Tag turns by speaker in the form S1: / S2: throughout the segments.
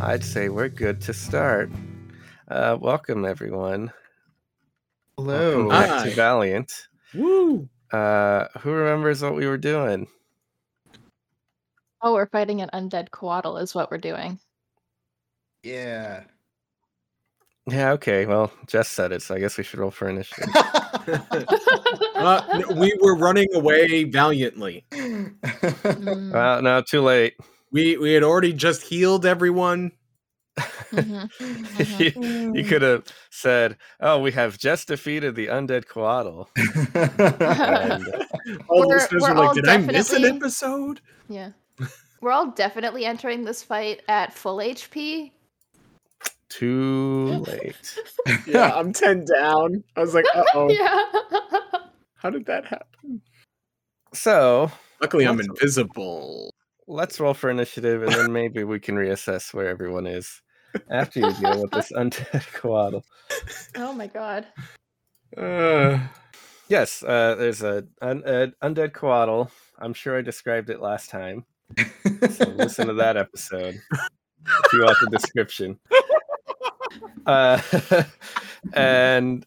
S1: I'd say we're good to start. Uh, welcome, everyone. Welcome
S2: Hello.
S3: Hi.
S1: back to Valiant.
S3: Woo!
S1: Uh, who remembers what we were doing?
S4: Oh, we're fighting an undead coatl is what we're doing.
S2: yeah.
S1: Yeah, okay. Well, Jess said it, so I guess we should roll for initiative.
S3: Uh, no, we were running away valiantly.
S4: Mm,
S1: well, Uh, no, too late.
S3: We we had already just healed everyone.
S4: mhm,
S1: you
S4: mhm.
S1: you could have said, "Oh, we have just defeated the undead coatl." And, uh,
S3: All the
S4: We're-
S3: listeners
S4: we're
S3: were like,
S4: all
S3: "Did I miss an
S4: definitely-
S3: episode?"
S4: yeah. We're all definitely entering this fight at full HP.
S1: too late.
S2: Yeah,
S3: I'm ten down. I was like, "Uh
S1: Oh.
S4: Yeah.
S3: How did that happen?"
S1: So
S3: Luckily, I'm invisible.
S1: let's roll for initiative, and then maybe we can reassess where everyone is after you deal with this undead coatl.
S4: oh my god.
S3: Uh,
S1: Yes, uh, there's a an, an undead coatl. I'm sure I described it last time. So listen to that episode if you want the description. Uh, and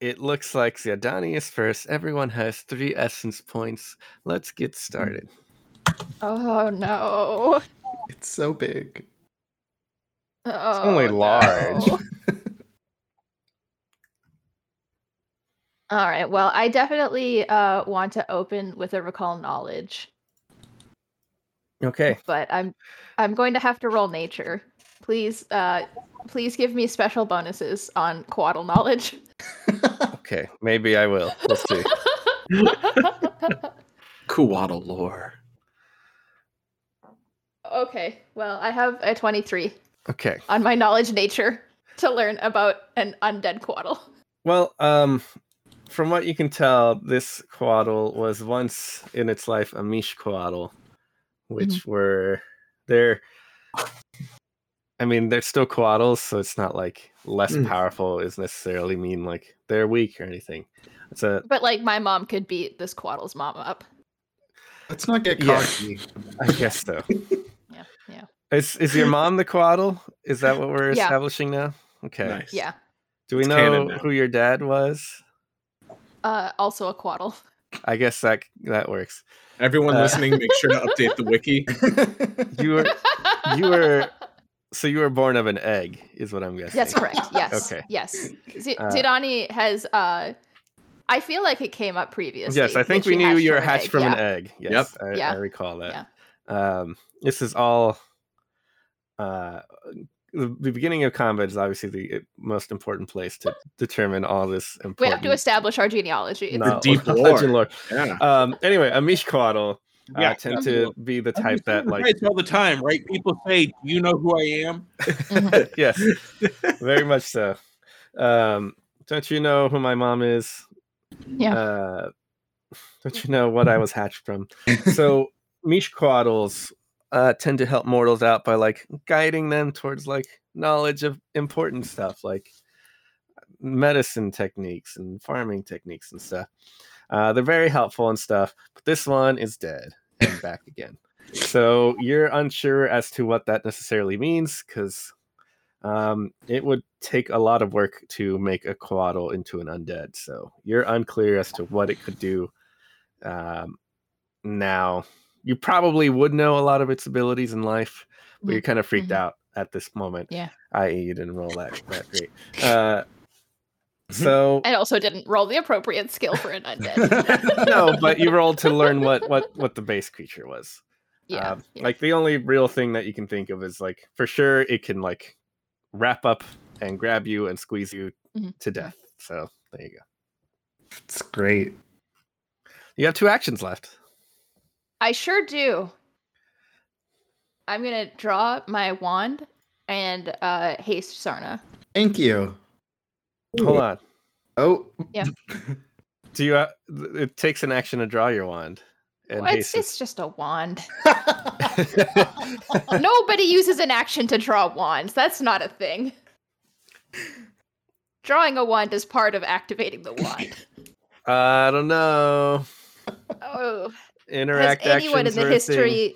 S1: it looks like Ziadani is first. Everyone has three essence points. Let's get started.
S4: Oh no.
S2: it's so big.
S4: Oh,
S1: only large.
S4: no. All right. Well, I definitely uh, want to open with a recall knowledge,
S1: Okay.
S4: but I'm I'm going to have to roll nature. Please, uh, please give me special bonuses on quaddle knowledge.
S1: Okay. Maybe I will. We'll see.
S3: Kuwata lore.
S4: okay. Well, I have a 23
S1: Okay.
S4: on my knowledge nature to learn about an undead quaddle.
S1: Well, um, from what you can tell, this coatl was once in its life a Mish coatl, which
S3: Mm-hmm.
S1: were they're. I mean, they're still coatls, so it's not like less
S3: Mm.
S1: powerful is necessarily mean like they're weak or anything. It's a
S4: But like my mom could beat this quaddle's mom up.
S2: Let's not get
S1: Yeah.
S2: cocky.
S1: I guess so.
S4: Yeah. Yeah.
S1: Is is your mom the coatl? Is that what we're
S4: Yeah.
S1: establishing now? Okay.
S3: Nice.
S4: Yeah.
S1: Do we
S3: It's canon
S1: know
S3: now.
S1: who your dad was?
S4: Uh, also a quaddle.
S1: I guess that that works.
S3: Everyone
S1: Uh,
S3: listening, make sure to update the wiki.
S1: You were You were- so you were born of an egg, is what I'm guessing.
S4: That's correct. Yes.
S1: Okay.
S4: Yes. Z-
S1: Uh,
S4: Zidani has. Uh, I feel like it came up previously.
S1: Yes, I
S4: that
S1: think we
S4: she
S1: knew you were
S4: an
S1: hatched
S4: egg,
S1: from
S4: yeah.
S1: an egg.
S3: Yep.
S1: Yes, I, I
S4: Yeah.
S1: recall that. Um, this is all. Uh, the, the beginning of combat is obviously the uh, most important place to determine all this important.
S4: We have to establish our genealogy.
S3: The
S1: knowledge-
S3: deep
S1: knowledge and lore.
S3: Yeah.
S1: Um, anyway, a mishquaddle uh,
S5: Yeah,
S1: tend
S4: that's
S1: to be the type that like
S5: Right, all the time, right? People say, "Do you know who I am?"
S4: Mhm.
S1: yes, very much so. Um, don't you know who my mom is?
S4: Yeah.
S1: Uh, don't you know what I was hatched from? so Mishquaddles uh, tend to help mortals out by like guiding them towards like knowledge of important stuff, like medicine techniques and farming techniques and stuff. Uh, they're very helpful and stuff, but this one is dead and back again. So you're unsure as to what that necessarily means because um, it would take a lot of work to make a coatl into an undead. So you're unclear as to what it could do. Um, now, you probably would know a lot of its abilities in life, but you're kind of freaked
S4: mhm.
S1: out at this moment.
S4: Yeah.
S1: I.e., you didn't roll that, that great. Uh, so
S4: And also didn't roll the appropriate skill for an undead.
S1: no, but you rolled to learn what what what the base creature was.
S4: Yeah.
S1: Um,
S4: yeah.
S1: Like the only real thing that you can think of is like for sure it can like wrap up and grab you and squeeze you
S4: Mhm.
S1: to death. So there you go.
S2: it's great.
S1: You have two actions left.
S4: I sure do. I'm gonna draw my wand and uh, haste Sarna.
S2: Thank you.
S1: Hold on.
S2: Oh.
S4: Yeah.
S1: Do you? Uh, th- it takes an action to draw your wand. And
S4: Well, it's,
S1: haste it.
S4: it's just a wand. Nobody uses an action to draw wands. That's not a thing. Drawing a wand is part of activating the wand.
S1: I don't know.
S4: Oh,
S1: Interact
S4: has anyone in
S1: actions
S4: the
S1: are a thing.
S4: history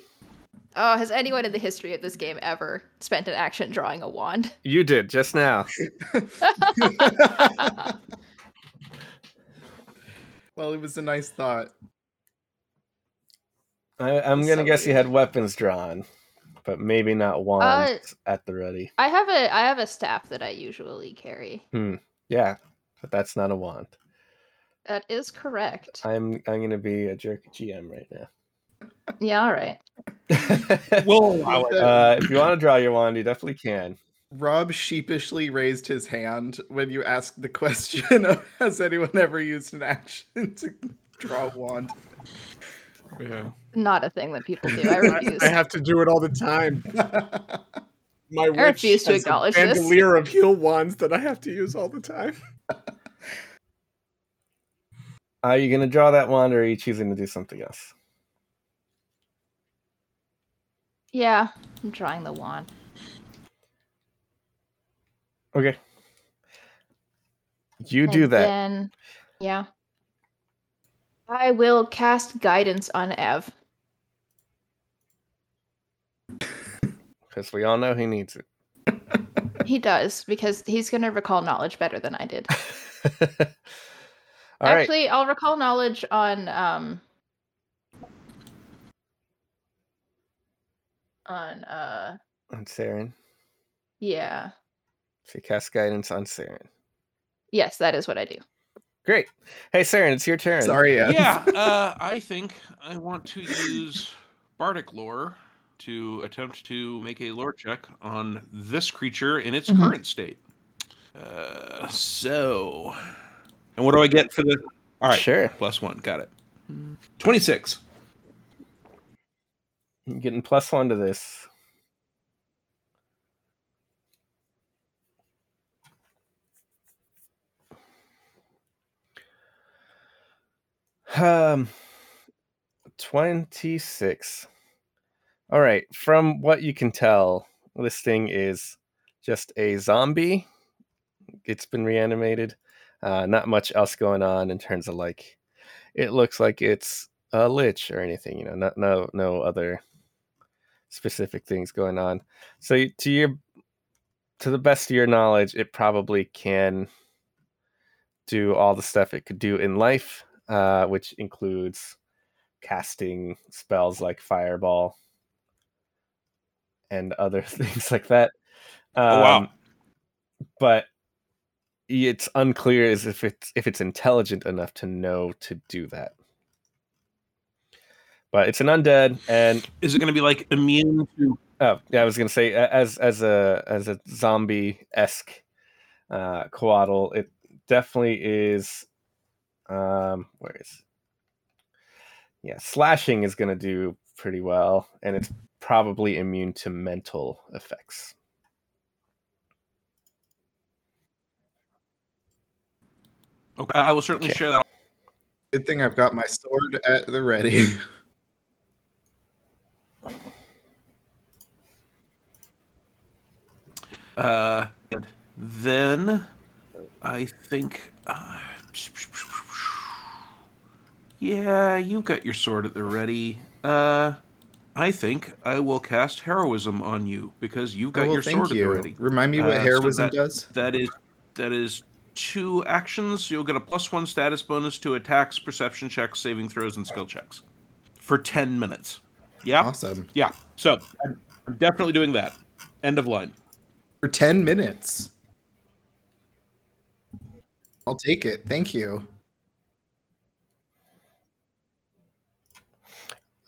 S4: Oh, has anyone in the history of this game ever spent an action drawing a wand?
S1: You did just now.
S2: well, it was a nice thought.
S1: I, I'm gonna
S4: So
S1: guess you had weapons drawn, but maybe not wands
S4: Uh,
S1: at the ready.
S4: I have a I have a staff that I usually carry.
S1: Yeah, but that's not a wand.
S4: That is correct.
S1: I'm I'm gonna be a jerk GM right
S4: Yeah, all right.
S1: now.
S5: We'll allow it.
S1: uh, if you want to draw your wand, you definitely can.
S2: Rob sheepishly raised his hand when you asked the question of has anyone ever used an action to draw a wand?
S3: Yeah.
S4: Not a thing that people do. I
S3: I,
S4: refuse.
S3: I have to do it all the time. My witch
S4: refuse to
S3: has a
S4: acknowledge this.
S3: bandolier of heal wands that I have to use all the time.
S1: Are you gonna draw that wand, or are you choosing to do something else?
S4: yeah, I'm drawing the wand.
S1: Okay. You do
S4: And
S1: that.
S4: Then, yeah. I will cast guidance on Ev.
S1: Because we all know he needs
S4: He does because he's going to recall knowledge better than I did.
S1: it. All right.
S4: Actually, I'll recall knowledge on um on uh
S1: on Saren.
S4: yeah.
S1: So you cast guidance on Saren.
S4: Yes, that is what I do.
S1: Great. Hey, Saren, it's your turn.
S2: Sorry, Ed.
S5: yeah, uh, I think I want to use bardic lore to attempt to make a lore check on this creature in its
S4: Mhm.
S5: current state. Uh, so, and what do I get for the? All right,
S1: Sure.
S5: plus one, got it. Twenty-six.
S1: I'm getting plus one to this. Um, 26. All right. From what you can tell, this thing is just a zombie. It's been reanimated. Uh, not much else going on in terms of like, it looks like it's a lich or anything, you know, not, no, no other specific things going on. So y- to your to the best of your knowledge, it probably can do all the stuff it could do in life, uh, which includes casting spells like fireball and other things like that. Um,
S5: Oh, wow.
S1: But it's unclear as if it's if it's intelligent enough to know to do that. But it's an undead, and
S5: Is it going to be like immune to?
S1: Oh yeah, I was gonna say a- as as a as a zombie esque uh, coadal, it definitely is. Um, where is? Yeah, slashing is gonna do pretty well, and it's probably immune to mental effects.
S5: Okay, I will certainly
S1: Okay.
S5: share that.
S2: Good thing I've got my sword at the ready.
S5: Uh, and then I think. Uh, yeah, you've got your sword at the ready. Uh, I think I will cast heroism on you because you've got
S2: Oh, well,
S5: your
S2: thank
S5: sword at the
S2: you.
S5: ready.
S2: Remind me
S5: Uh,
S2: what
S5: so
S2: heroism
S5: that-
S2: does.
S5: That is that is two actions. You'll get a plus one status bonus to attacks, perception checks, saving throws, and skill checks for ten minutes. Yeah,
S2: Awesome.
S5: yeah. So I'm I'm definitely doing that. End of line.
S2: For 10 minutes. I'll take it. Thank you.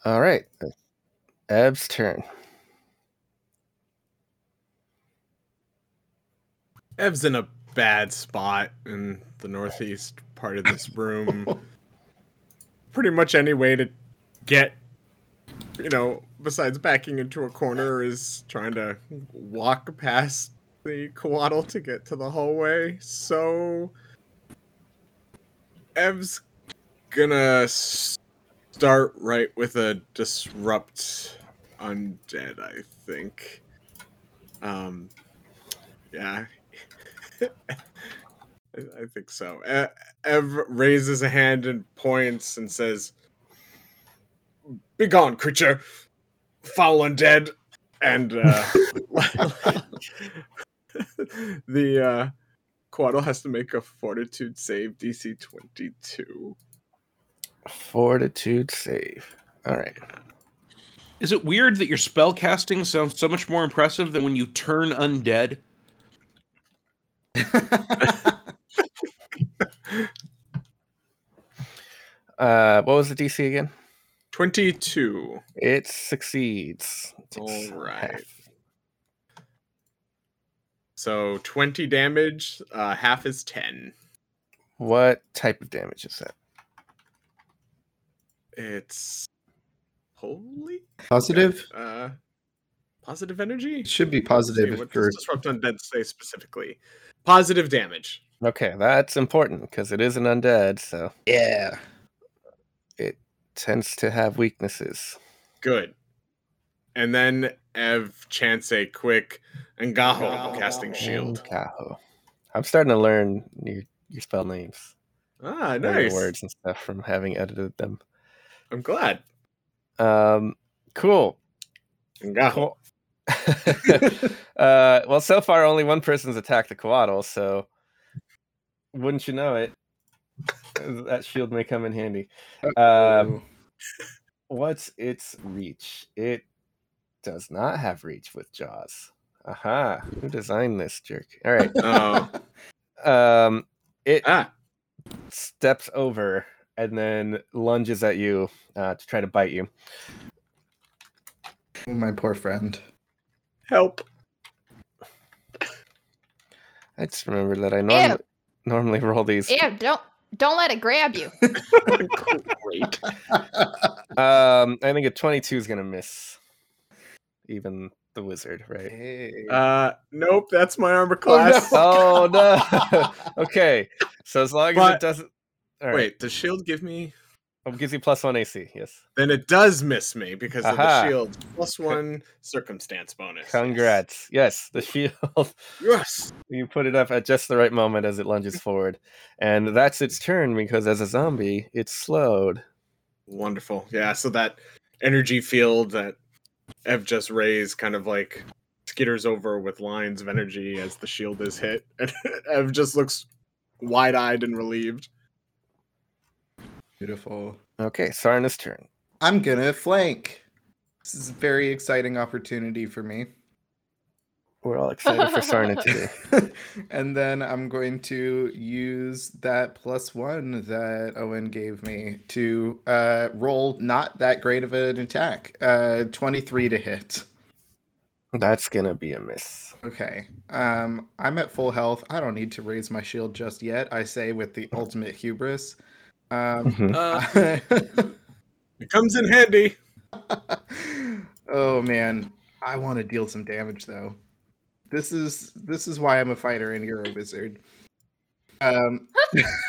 S1: All right, uh, Eb's turn.
S3: Ev's in a bad spot in the northeast part of this room. Pretty much any way to get, you know, besides backing into a corner, is trying to walk past the coatl to get to the hallway. So, Ev's gonna start right with a disrupt undead, I think. Um, yeah. I I think so. E- Ev raises a hand and points and says, Begone, creature! foul undead and uh, the uh, Quaddle has to make a fortitude save DC 22.
S1: Fortitude save. All right.
S5: Is it weird that your spell casting sounds so much more impressive than when you turn undead?
S1: Uh, what was the DC again?
S3: 22.
S1: It succeeds. It takes
S3: All right.
S1: half.
S3: So 20 damage, uh, half is 10.
S1: What type of damage is that?
S3: It's holy
S2: Positive?
S3: uh positive energy.
S2: It should be
S3: Let's see,
S2: positive
S3: what
S2: for
S3: does disrupt undead say specifically? Positive damage.
S1: Okay, that's important because it is an undead, so
S2: yeah.
S1: tends to have weaknesses.
S3: Good. And then Ev chants a quick Ngaho casting shield.
S1: Kaho. I'm starting to learn your, your spell names,
S3: Ah,
S1: and your
S3: nice.
S1: words and stuff from having edited them.
S3: I'm glad.
S1: Um, cool.
S3: Ngaho.
S1: Cool. uh, well, so far only one person's attacked the Coatl, so wouldn't you know it, that shield may come in handy. Um, what's its reach? It does not have reach with Jaws. Aha! Who designed this jerk? All right.
S3: Oh.
S1: Um, it
S3: Ah,
S1: steps over and then lunges at you uh, to try to bite you.
S2: My poor friend.
S3: help.
S1: I just remembered that I norm- normally roll these.
S4: Ew, don't don't let it grab you.
S3: Great.
S1: Um, I think a twenty-two is gonna miss, even the wizard, right?
S3: Uh nope, that's my armor class.
S1: Oh no! okay, so as long as
S3: But-
S1: it doesn't, all right.
S3: Wait, does shield give me
S1: it gives you plus one AC. Yes,
S3: then it does miss me because of
S1: Aha.
S3: the shield plus one circumstance bonus.
S1: congrats. Yes, the shield.
S3: Yes.
S1: you put it up at just the right moment as it
S4: Mm.
S1: lunges forward, and that's its turn because as a zombie, it's slowed.
S3: Wonderful. Yeah. So that energy field that Ev just raised kind of like skitters over with lines of energy as the shield is hit. And Ev just looks wide eyed and relieved.
S2: Beautiful.
S1: Okay, Sarna's turn.
S2: I'm gonna flank. This is a very exciting opportunity for me.
S1: We're all excited for Sarna today.
S2: and then I'm going to use that plus one that Owen gave me to uh, roll not that great of an attack. Uh, 23 to hit.
S1: That's gonna be a miss.
S2: Okay. Um, I'm at full health. I don't need to raise my shield just yet. I say with the ultimate hubris. Um,
S4: Mm-hmm.
S1: Mhm.
S5: Uh,
S3: It comes in handy.
S2: oh man, I want to deal some damage though. This is this is why I'm a fighter and you're a wizard. Um,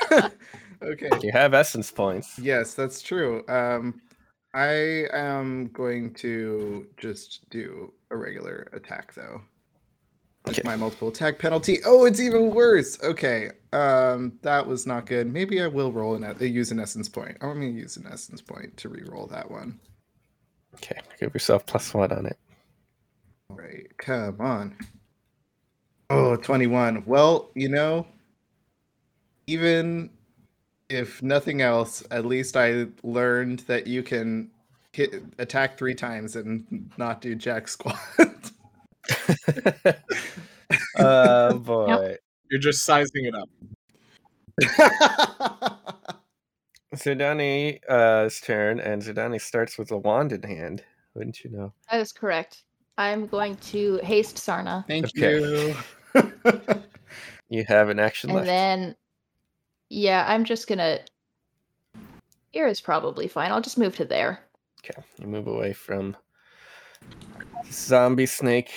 S2: okay.
S1: You have essence points.
S2: Yes, that's true. Um, I am going to just do a regular attack though. With
S1: Okay.
S2: my multiple attack penalty. Oh, it's even worse. Okay. Um, that was not good. Maybe I will roll an e- use an essence point. I'm gonna use an essence point to re-roll that one.
S1: Okay, give yourself plus one on it.
S2: All right, come on. Oh, 21. Well, you know, even if nothing else, at least I learned that you can hit attack three times and not do jack squat.
S1: oh boy.
S3: You're just sizing it up.
S1: Zidani uh's uh, turn, and Zidani starts with a wand in hand. Wouldn't you know?
S4: That is correct. I'm going to haste Sarna,
S2: Thank
S1: Okay.
S2: you.
S1: You have an action
S4: and
S1: left.
S4: then yeah, I'm just gonna. Here is probably fine. I'll just move to there.
S1: Okay, you move away from zombie snake,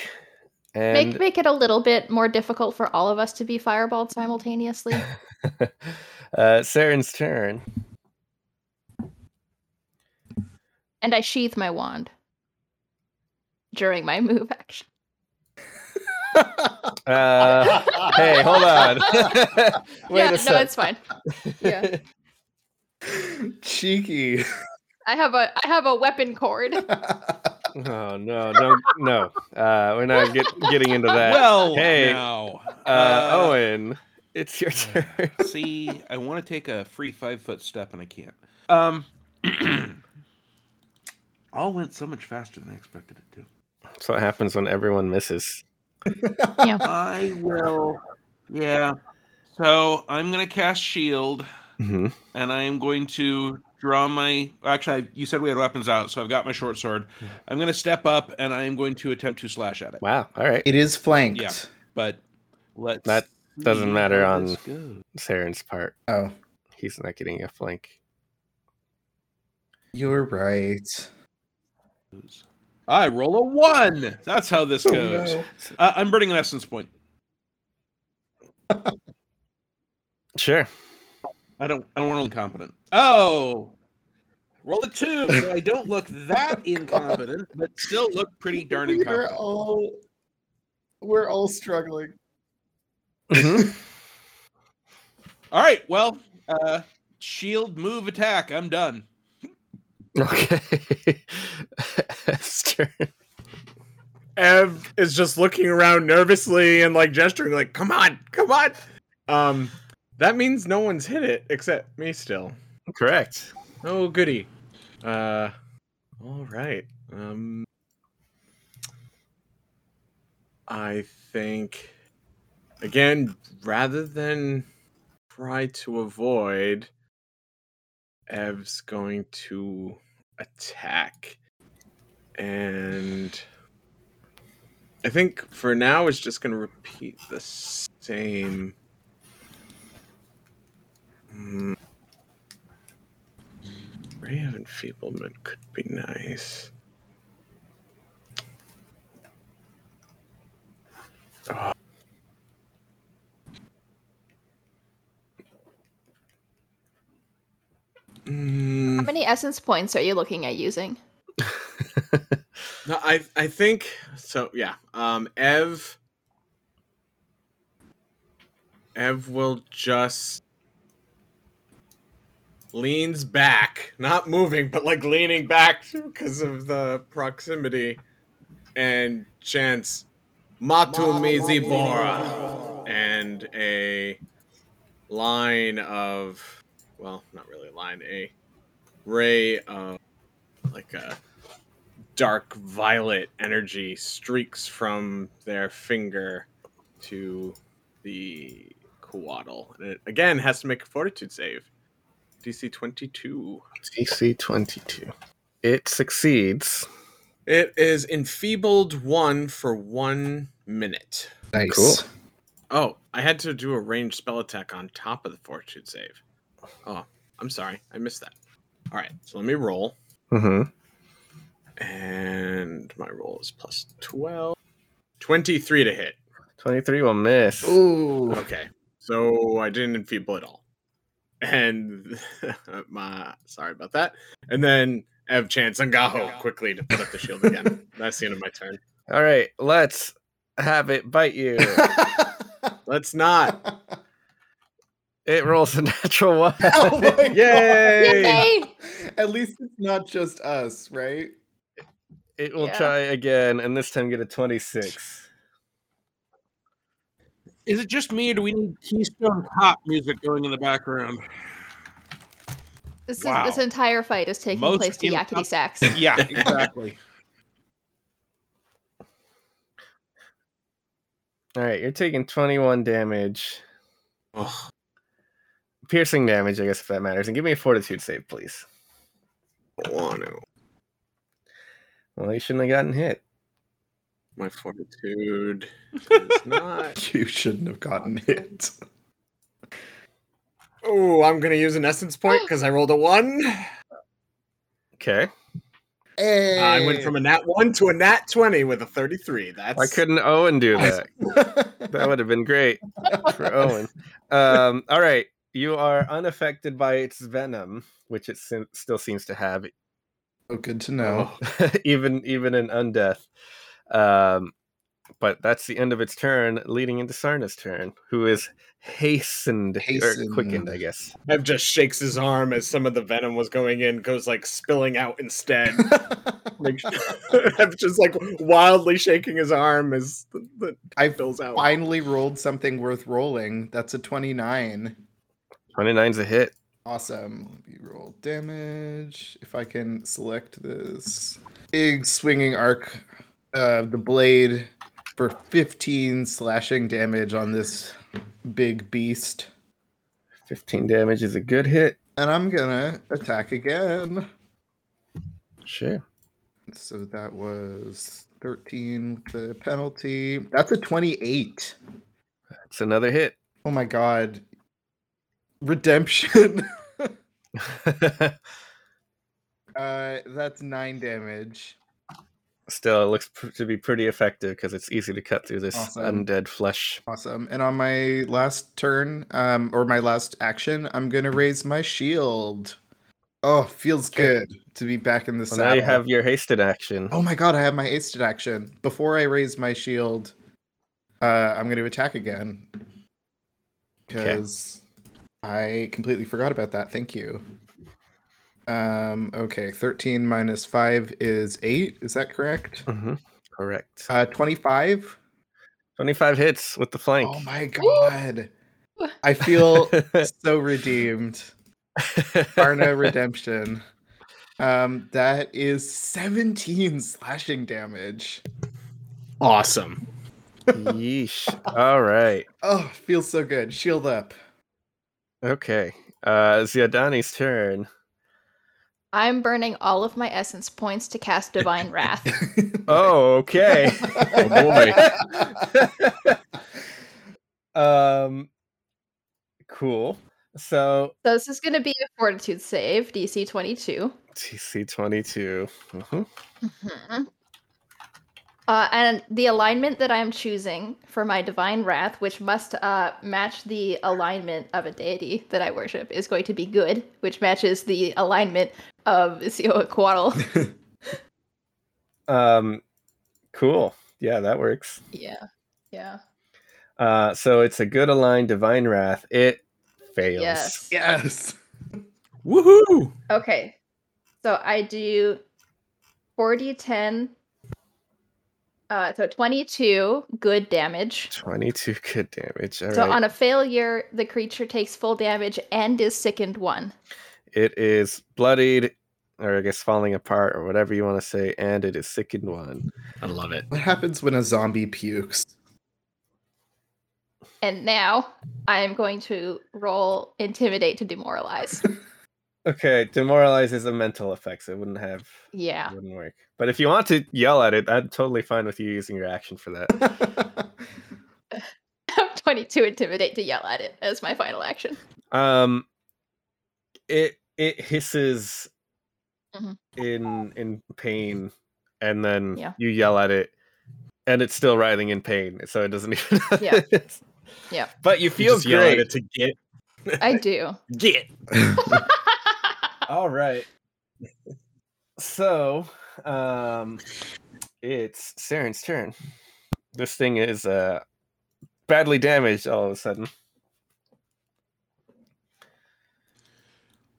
S1: and
S4: make make it a little bit more difficult for all of us to be fireballed simultaneously.
S1: uh, Saren's turn.
S4: and I sheathe my wand during my move action.
S1: Uh, hey, hold on. Wait
S4: yeah,
S1: a
S4: no,
S1: sec.
S4: it's fine. yeah.
S2: Cheeky.
S4: I have a I have a weapon cord.
S1: Oh no, don't no. Uh, we're not get, getting into that.
S5: Uh, well,
S1: hey,
S5: now.
S1: uh, Owen, it's your turn.
S5: see, I want to take a free five foot step and I can't. Um, all went so much faster than I expected it to.
S1: That's what happens when everyone misses.
S5: I will. Yeah. So I'm gonna cast shield,
S1: Mhm.
S5: and I am going to draw my. Actually, you said we had weapons out, so I've got my short sword. I'm gonna step up, and I am going to attempt to slash at it.
S1: Wow. All right.
S2: It is flanked.
S5: Yeah. But let's.
S1: That doesn't
S5: see
S1: matter
S5: how
S1: on-
S5: this goes.
S1: Saren's part.
S2: Oh,
S1: He's not getting a flank.
S2: you're right.
S5: I roll a one. That's how this
S2: Oh,
S5: goes. Uh, I'm burning an essence point.
S1: Sure.
S5: I don't. I don't want to look incompetent. Oh, roll a two. So I don't look that incompetent, but still look pretty darn
S2: We're
S5: incompetent.
S2: all we're all struggling.
S1: Mhm.
S5: All right. Well, uh, shield move attack. I'm done.
S1: okay. His turn.
S3: Ev is just looking around nervously and like gesturing, like, come on, come on. Um, that means no one's hit it except me still.
S1: Correct.
S3: Oh goody. Uh all right. Um I think again, rather than try to avoid, Ev's going to attack. And I think for now it's just gonna repeat the same. Hmm. Ray of Enfeeblement could be nice. Oh.
S4: How
S3: Mm,
S4: many essence points are you looking at using?
S3: no, I I think so. Yeah. Um, Ev. Ev will just leans back, not moving, but like leaning back because of the proximity, and chants "Matu Mizi Bora," and a line of, well, not really a line, a ray of like a dark violet energy streaks from their finger to the Quaddle. And it again has to make a fortitude save. DC 22.
S1: DC twenty two. It succeeds.
S3: It is enfeebled one for one minute.
S2: Nice.
S1: Cool.
S3: Oh, I had to do a ranged spell attack on top of the fortitude save. Oh, I'm sorry. I missed that. All right, so let me roll.
S1: hmm
S3: And my roll is plus 12. 23 to hit.
S1: Twenty three will miss.
S2: Ooh.
S3: Okay. So I didn't enfeeble at all. And my sorry about that. And then Ev Chance and Gaho quickly to put up the shield again. That's the end of my turn.
S1: All right. Let's have it bite you.
S3: Let's not.
S1: it rolls a natural one.
S2: Oh my God.
S3: Yay!
S4: Yay!
S2: At least it's not just us, right?
S1: It will
S4: Yeah.
S1: try again, and this time get a 26.
S5: Is it just me, or do we need Keystone Cop music going in the background?
S4: This,
S5: Wow.
S4: is, this entire fight is taking
S5: Most
S4: place to
S5: incom-
S4: yakety sacks.
S5: Yeah, exactly.
S1: All right, you're taking 21 damage,
S3: Oh,
S1: piercing damage, I guess, if that matters. And give me a fortitude save, please.
S3: I want to.
S1: Well, you shouldn't have gotten hit.
S3: My fortitude is not.
S2: You shouldn't have gotten hit.
S3: Oh, I'm gonna use an essence point because I rolled a one.
S1: Okay.
S2: Hey.
S3: I went from a nat one to a nat twenty with a thirty-three. That's
S1: Why couldn't Owen do
S3: Nice.
S1: that? That would have been great for Owen. Um, all right, you are unaffected by its venom, which it se- still seems to have,
S2: oh, good to know.
S1: even even in undeath. Um, but that's the end of its turn, leading into Sarna's turn, who is hastened, or quickened,
S2: Hastened.
S1: I guess.
S3: Ev just shakes his arm as some of the venom was going in, goes like spilling out instead. like, Ev just like wildly shaking his arm as the, the
S2: I
S3: spills out.
S2: finally rolled something worth rolling. That's a 29.
S1: 29's a hit.
S2: Awesome. Let me roll damage. If I can select this big swinging arc of the blade for 15 slashing damage on this big beast.
S1: 15 damage is a good hit.
S2: And I'm gonna attack again.
S1: Sure.
S2: So that was 13 with the penalty. That's a 28.
S1: That's another hit.
S2: Oh my god. Redemption. uh that's 9 damage.
S1: Still, it looks pr- to be pretty effective because it's easy to cut through this
S2: Awesome.
S1: undead flesh.
S2: Awesome. And on my last turn, um, or my last action, I'm gonna raise my shield. Oh, feels good to be back in the
S1: Well,
S2: saddle.
S1: now you have your hasted action.
S2: Oh my god, I have my hasted action. Before I raise my shield, uh, I'm gonna attack again.
S1: Okay.
S2: Because I completely forgot about that. Thank you. Um, okay, 13 minus 5 is 8. Is that correct?
S1: hmm Correct.
S2: Uh, 25?
S1: 25 hits with the flank.
S2: Oh my god. I feel so redeemed. Arna redemption. Um, that is 17 slashing damage.
S3: awesome.
S1: Yeesh. All right.
S2: Oh, feels so good. Shield up.
S1: Okay. Uh Ziadani's turn.
S4: I'm burning all of my essence points to cast Divine Wrath.
S1: Oh, okay. um cool. So
S4: so this is going to be a Fortitude save, DC 22.
S1: TC 22 Mhm.
S4: Mhm. Uh, and the alignment that I'm choosing for my divine wrath, which must uh, match the alignment of a deity that I worship, is going to be good, which matches the alignment of Quaddle.
S1: Um cool. Yeah, that works.
S4: yeah, yeah,
S1: Uh so it's a good aligned divine wrath. It fails.
S4: yes.
S2: yes.
S3: Woohoo!
S4: Okay, so I do 40, 10, uh, so 22 good damage.
S1: 22 good damage. All right.
S4: so on a failure, the creature takes full damage and is sickened one.
S1: It is bloodied, or I guess falling apart, or whatever you want to say, and it is sickened one.
S3: I love it.
S2: What happens when a zombie pukes?
S4: And now I am going to roll intimidate to demoralize.
S1: Okay, demoralize is a mental effect, so it wouldn't have
S4: Yeah.
S1: it wouldn't work. But if you want to yell at it, I'm totally fine with you using your action for that.
S4: I'm 22 intimidate to yell at it as my final action.
S1: Um it it hisses
S4: Mhm.
S1: in in pain and then
S4: Yeah.
S1: you yell at it and it's still writhing in pain, so it doesn't even
S4: Yeah.
S1: notice.
S4: Yeah.
S1: But you feel
S3: Feels great.
S1: great.
S3: to get
S4: I do.
S3: get.
S1: All right. So, um, it's Saren's turn. This thing is uh badly damaged all of a sudden.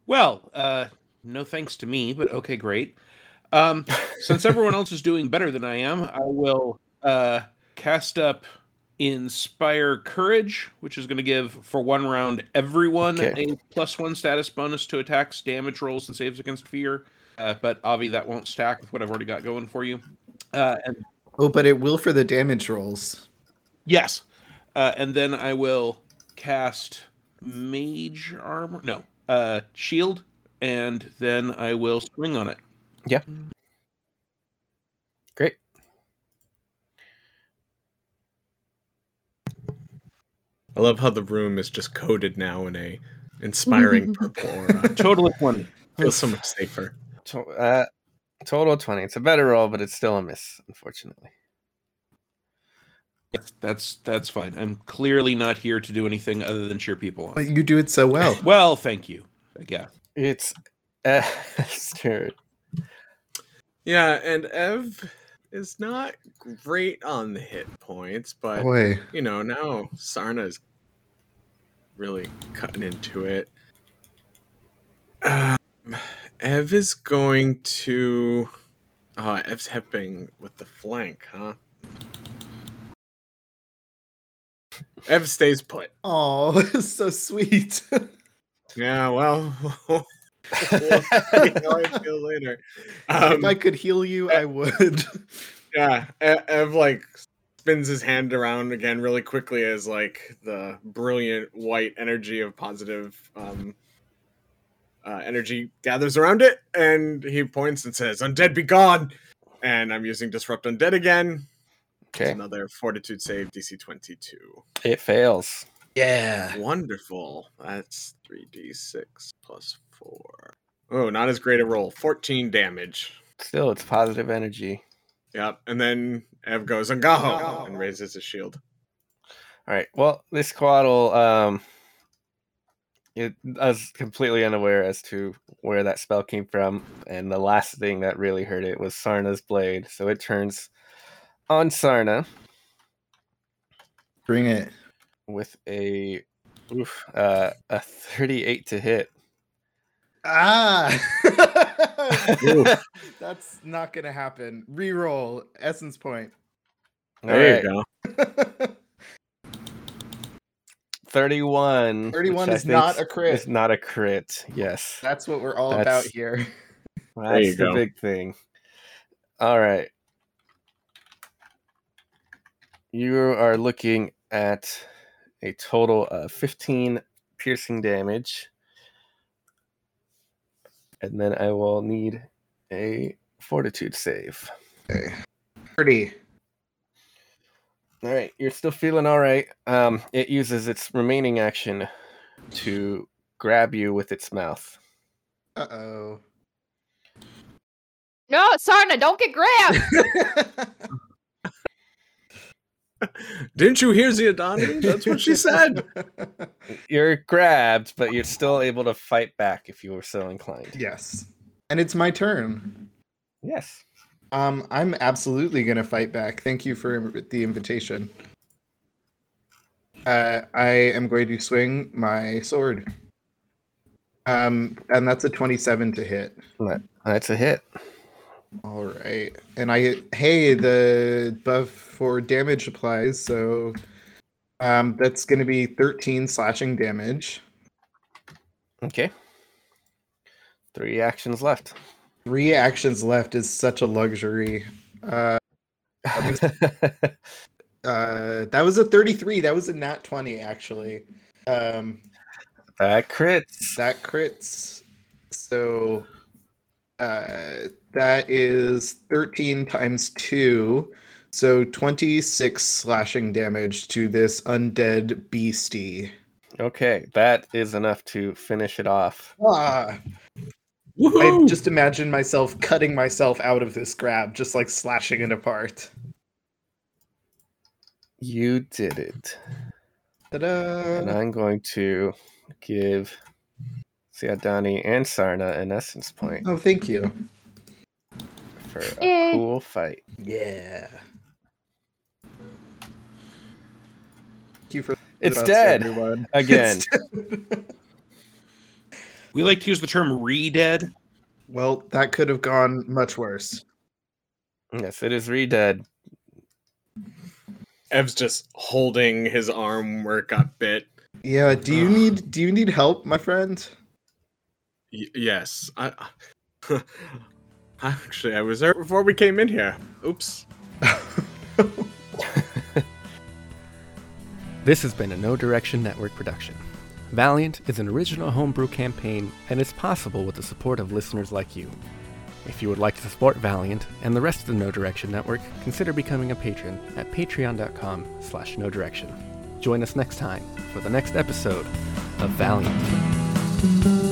S5: Well, uh, no thanks to me, but okay, great. Um, since everyone else is doing better than I am, I will uh, cast up Inspire Courage, which is going to give for one round everyone
S1: Okay.
S5: a plus one status bonus to attacks, damage rolls, and saves against fear. Uh, but Avi, that won't stack with what I've already got going for you. Uh, and
S2: oh, but it will for the damage rolls.
S5: Yes. Uh, and then I will cast Mage Armor. No, uh, Shield. And then I will swing on it.
S1: Yeah. Great.
S3: I love how the room is just coded now in a inspiring purple aura.
S5: Total of 20.
S3: Feels so much safer.
S1: To- uh, total twenty. It's a better roll, but it's still a miss, unfortunately.
S5: Yes, That's that's fine. I'm clearly not here to do anything other than cheer people
S2: But
S5: on.
S2: you do it so well.
S5: Well, thank you. I guess.
S1: It's Esther's turn.
S3: Yeah, and Ev is not great on the hit points, but
S2: Boy,
S3: you know, now Sarna's really cutting into it. Um, Ev is going to. Oh, Ev's helping with the flank, huh? Ev stays put.
S2: oh, so sweet.
S3: Yeah, well, we'll see how I feel later.
S2: if I could heal you, I would.
S3: Yeah, E- Ev like spins his hand around again really quickly as like the brilliant white energy of positive um, uh, energy gathers around it, and he points and says, "Undead, be gone!" And I'm using disrupt undead again. It's
S1: Okay,
S3: another fortitude save, DC 22.
S1: it fails. Ah.
S2: Yeah.
S3: Wonderful. That's 3d6 plus four. Oh, not as great a roll. 14 damage.
S1: Still, it's positive energy.
S3: Yep. And then Ev goes Angaho and raises his shield.
S1: All right. Well, this Quaddle, um, it was completely unaware as to where that spell came from, and the last thing that really hurt it was Sarna's blade. So it turns on Sarna
S2: Bring it.
S1: with a oof, uh, a thirty-eight to hit.
S2: Ah. That's not going to happen. Reroll essence point.
S1: All right,
S3: go.
S1: 31.
S2: 31
S1: which I
S2: is not
S1: think's-
S2: a crit.
S1: Is not a crit. Yes.
S2: That's what we're all about
S1: That's-
S2: here.
S1: That's
S3: There you
S1: the
S3: go.
S1: big thing. All right. You are looking at a total of 15 piercing damage. And then I will need a fortitude save.
S2: 30.
S1: All right, you're still feeling all right. Um, it uses its remaining action to grab you with its mouth.
S2: Uh oh.
S4: No, Sarna, don't get grabbed.
S3: Didn't you hear Ziadani? That's what she said.
S1: You're grabbed, but you're still able to fight back if you were so inclined.
S2: yes. And it's my turn.
S1: Yes.
S2: Um, I'm absolutely going to fight back. Thank you for im- the invitation. Uh, I am going to swing my sword. Um, and that's a 27 to hit.
S1: That's a hit.
S2: All right. And I hey, the buff for damage applies, so um that's going to be 13 slashing damage.
S1: Okay. Three actions left.
S2: Three actions left is such a luxury. Uh uh that was a 33. That was a nat 20 actually. Um
S1: that crits.
S2: that crits. So uh that is 13 times 2. So 26 slashing damage to this undead beastie.
S1: Okay, that is enough to finish it off.
S2: Ah, I just imagine myself cutting myself out of this grab, just like slashing it apart.
S1: You did it. And
S2: Ta-da!
S1: I'm going to give Siadani and Sarna an essence point
S2: Oh, thank you.
S1: for a
S4: Yay.
S1: cool fight.
S2: Yeah. Thank you for
S1: It's
S2: us,
S1: dead
S2: everyone.
S1: again.
S2: It's
S5: We like to use the term re-dead.
S2: Well, that could have gone much worse.
S1: Yes, it is re-dead.
S3: Ev's just holding his arm where it got bit.
S2: Yeah. Do you
S3: Ugh.
S2: need Do you need help, my friend?
S3: Y- yes. I, I- actually, I was there before we came in here. Oops.
S6: This has been a No Direction Network production. Valiant is an original homebrew campaign and is possible with the support of listeners like you. If you would like to support Valiant and the rest of the No Direction Network, consider becoming a patron at patreon.com slash no direction. Join us next time for the next episode of Valiant.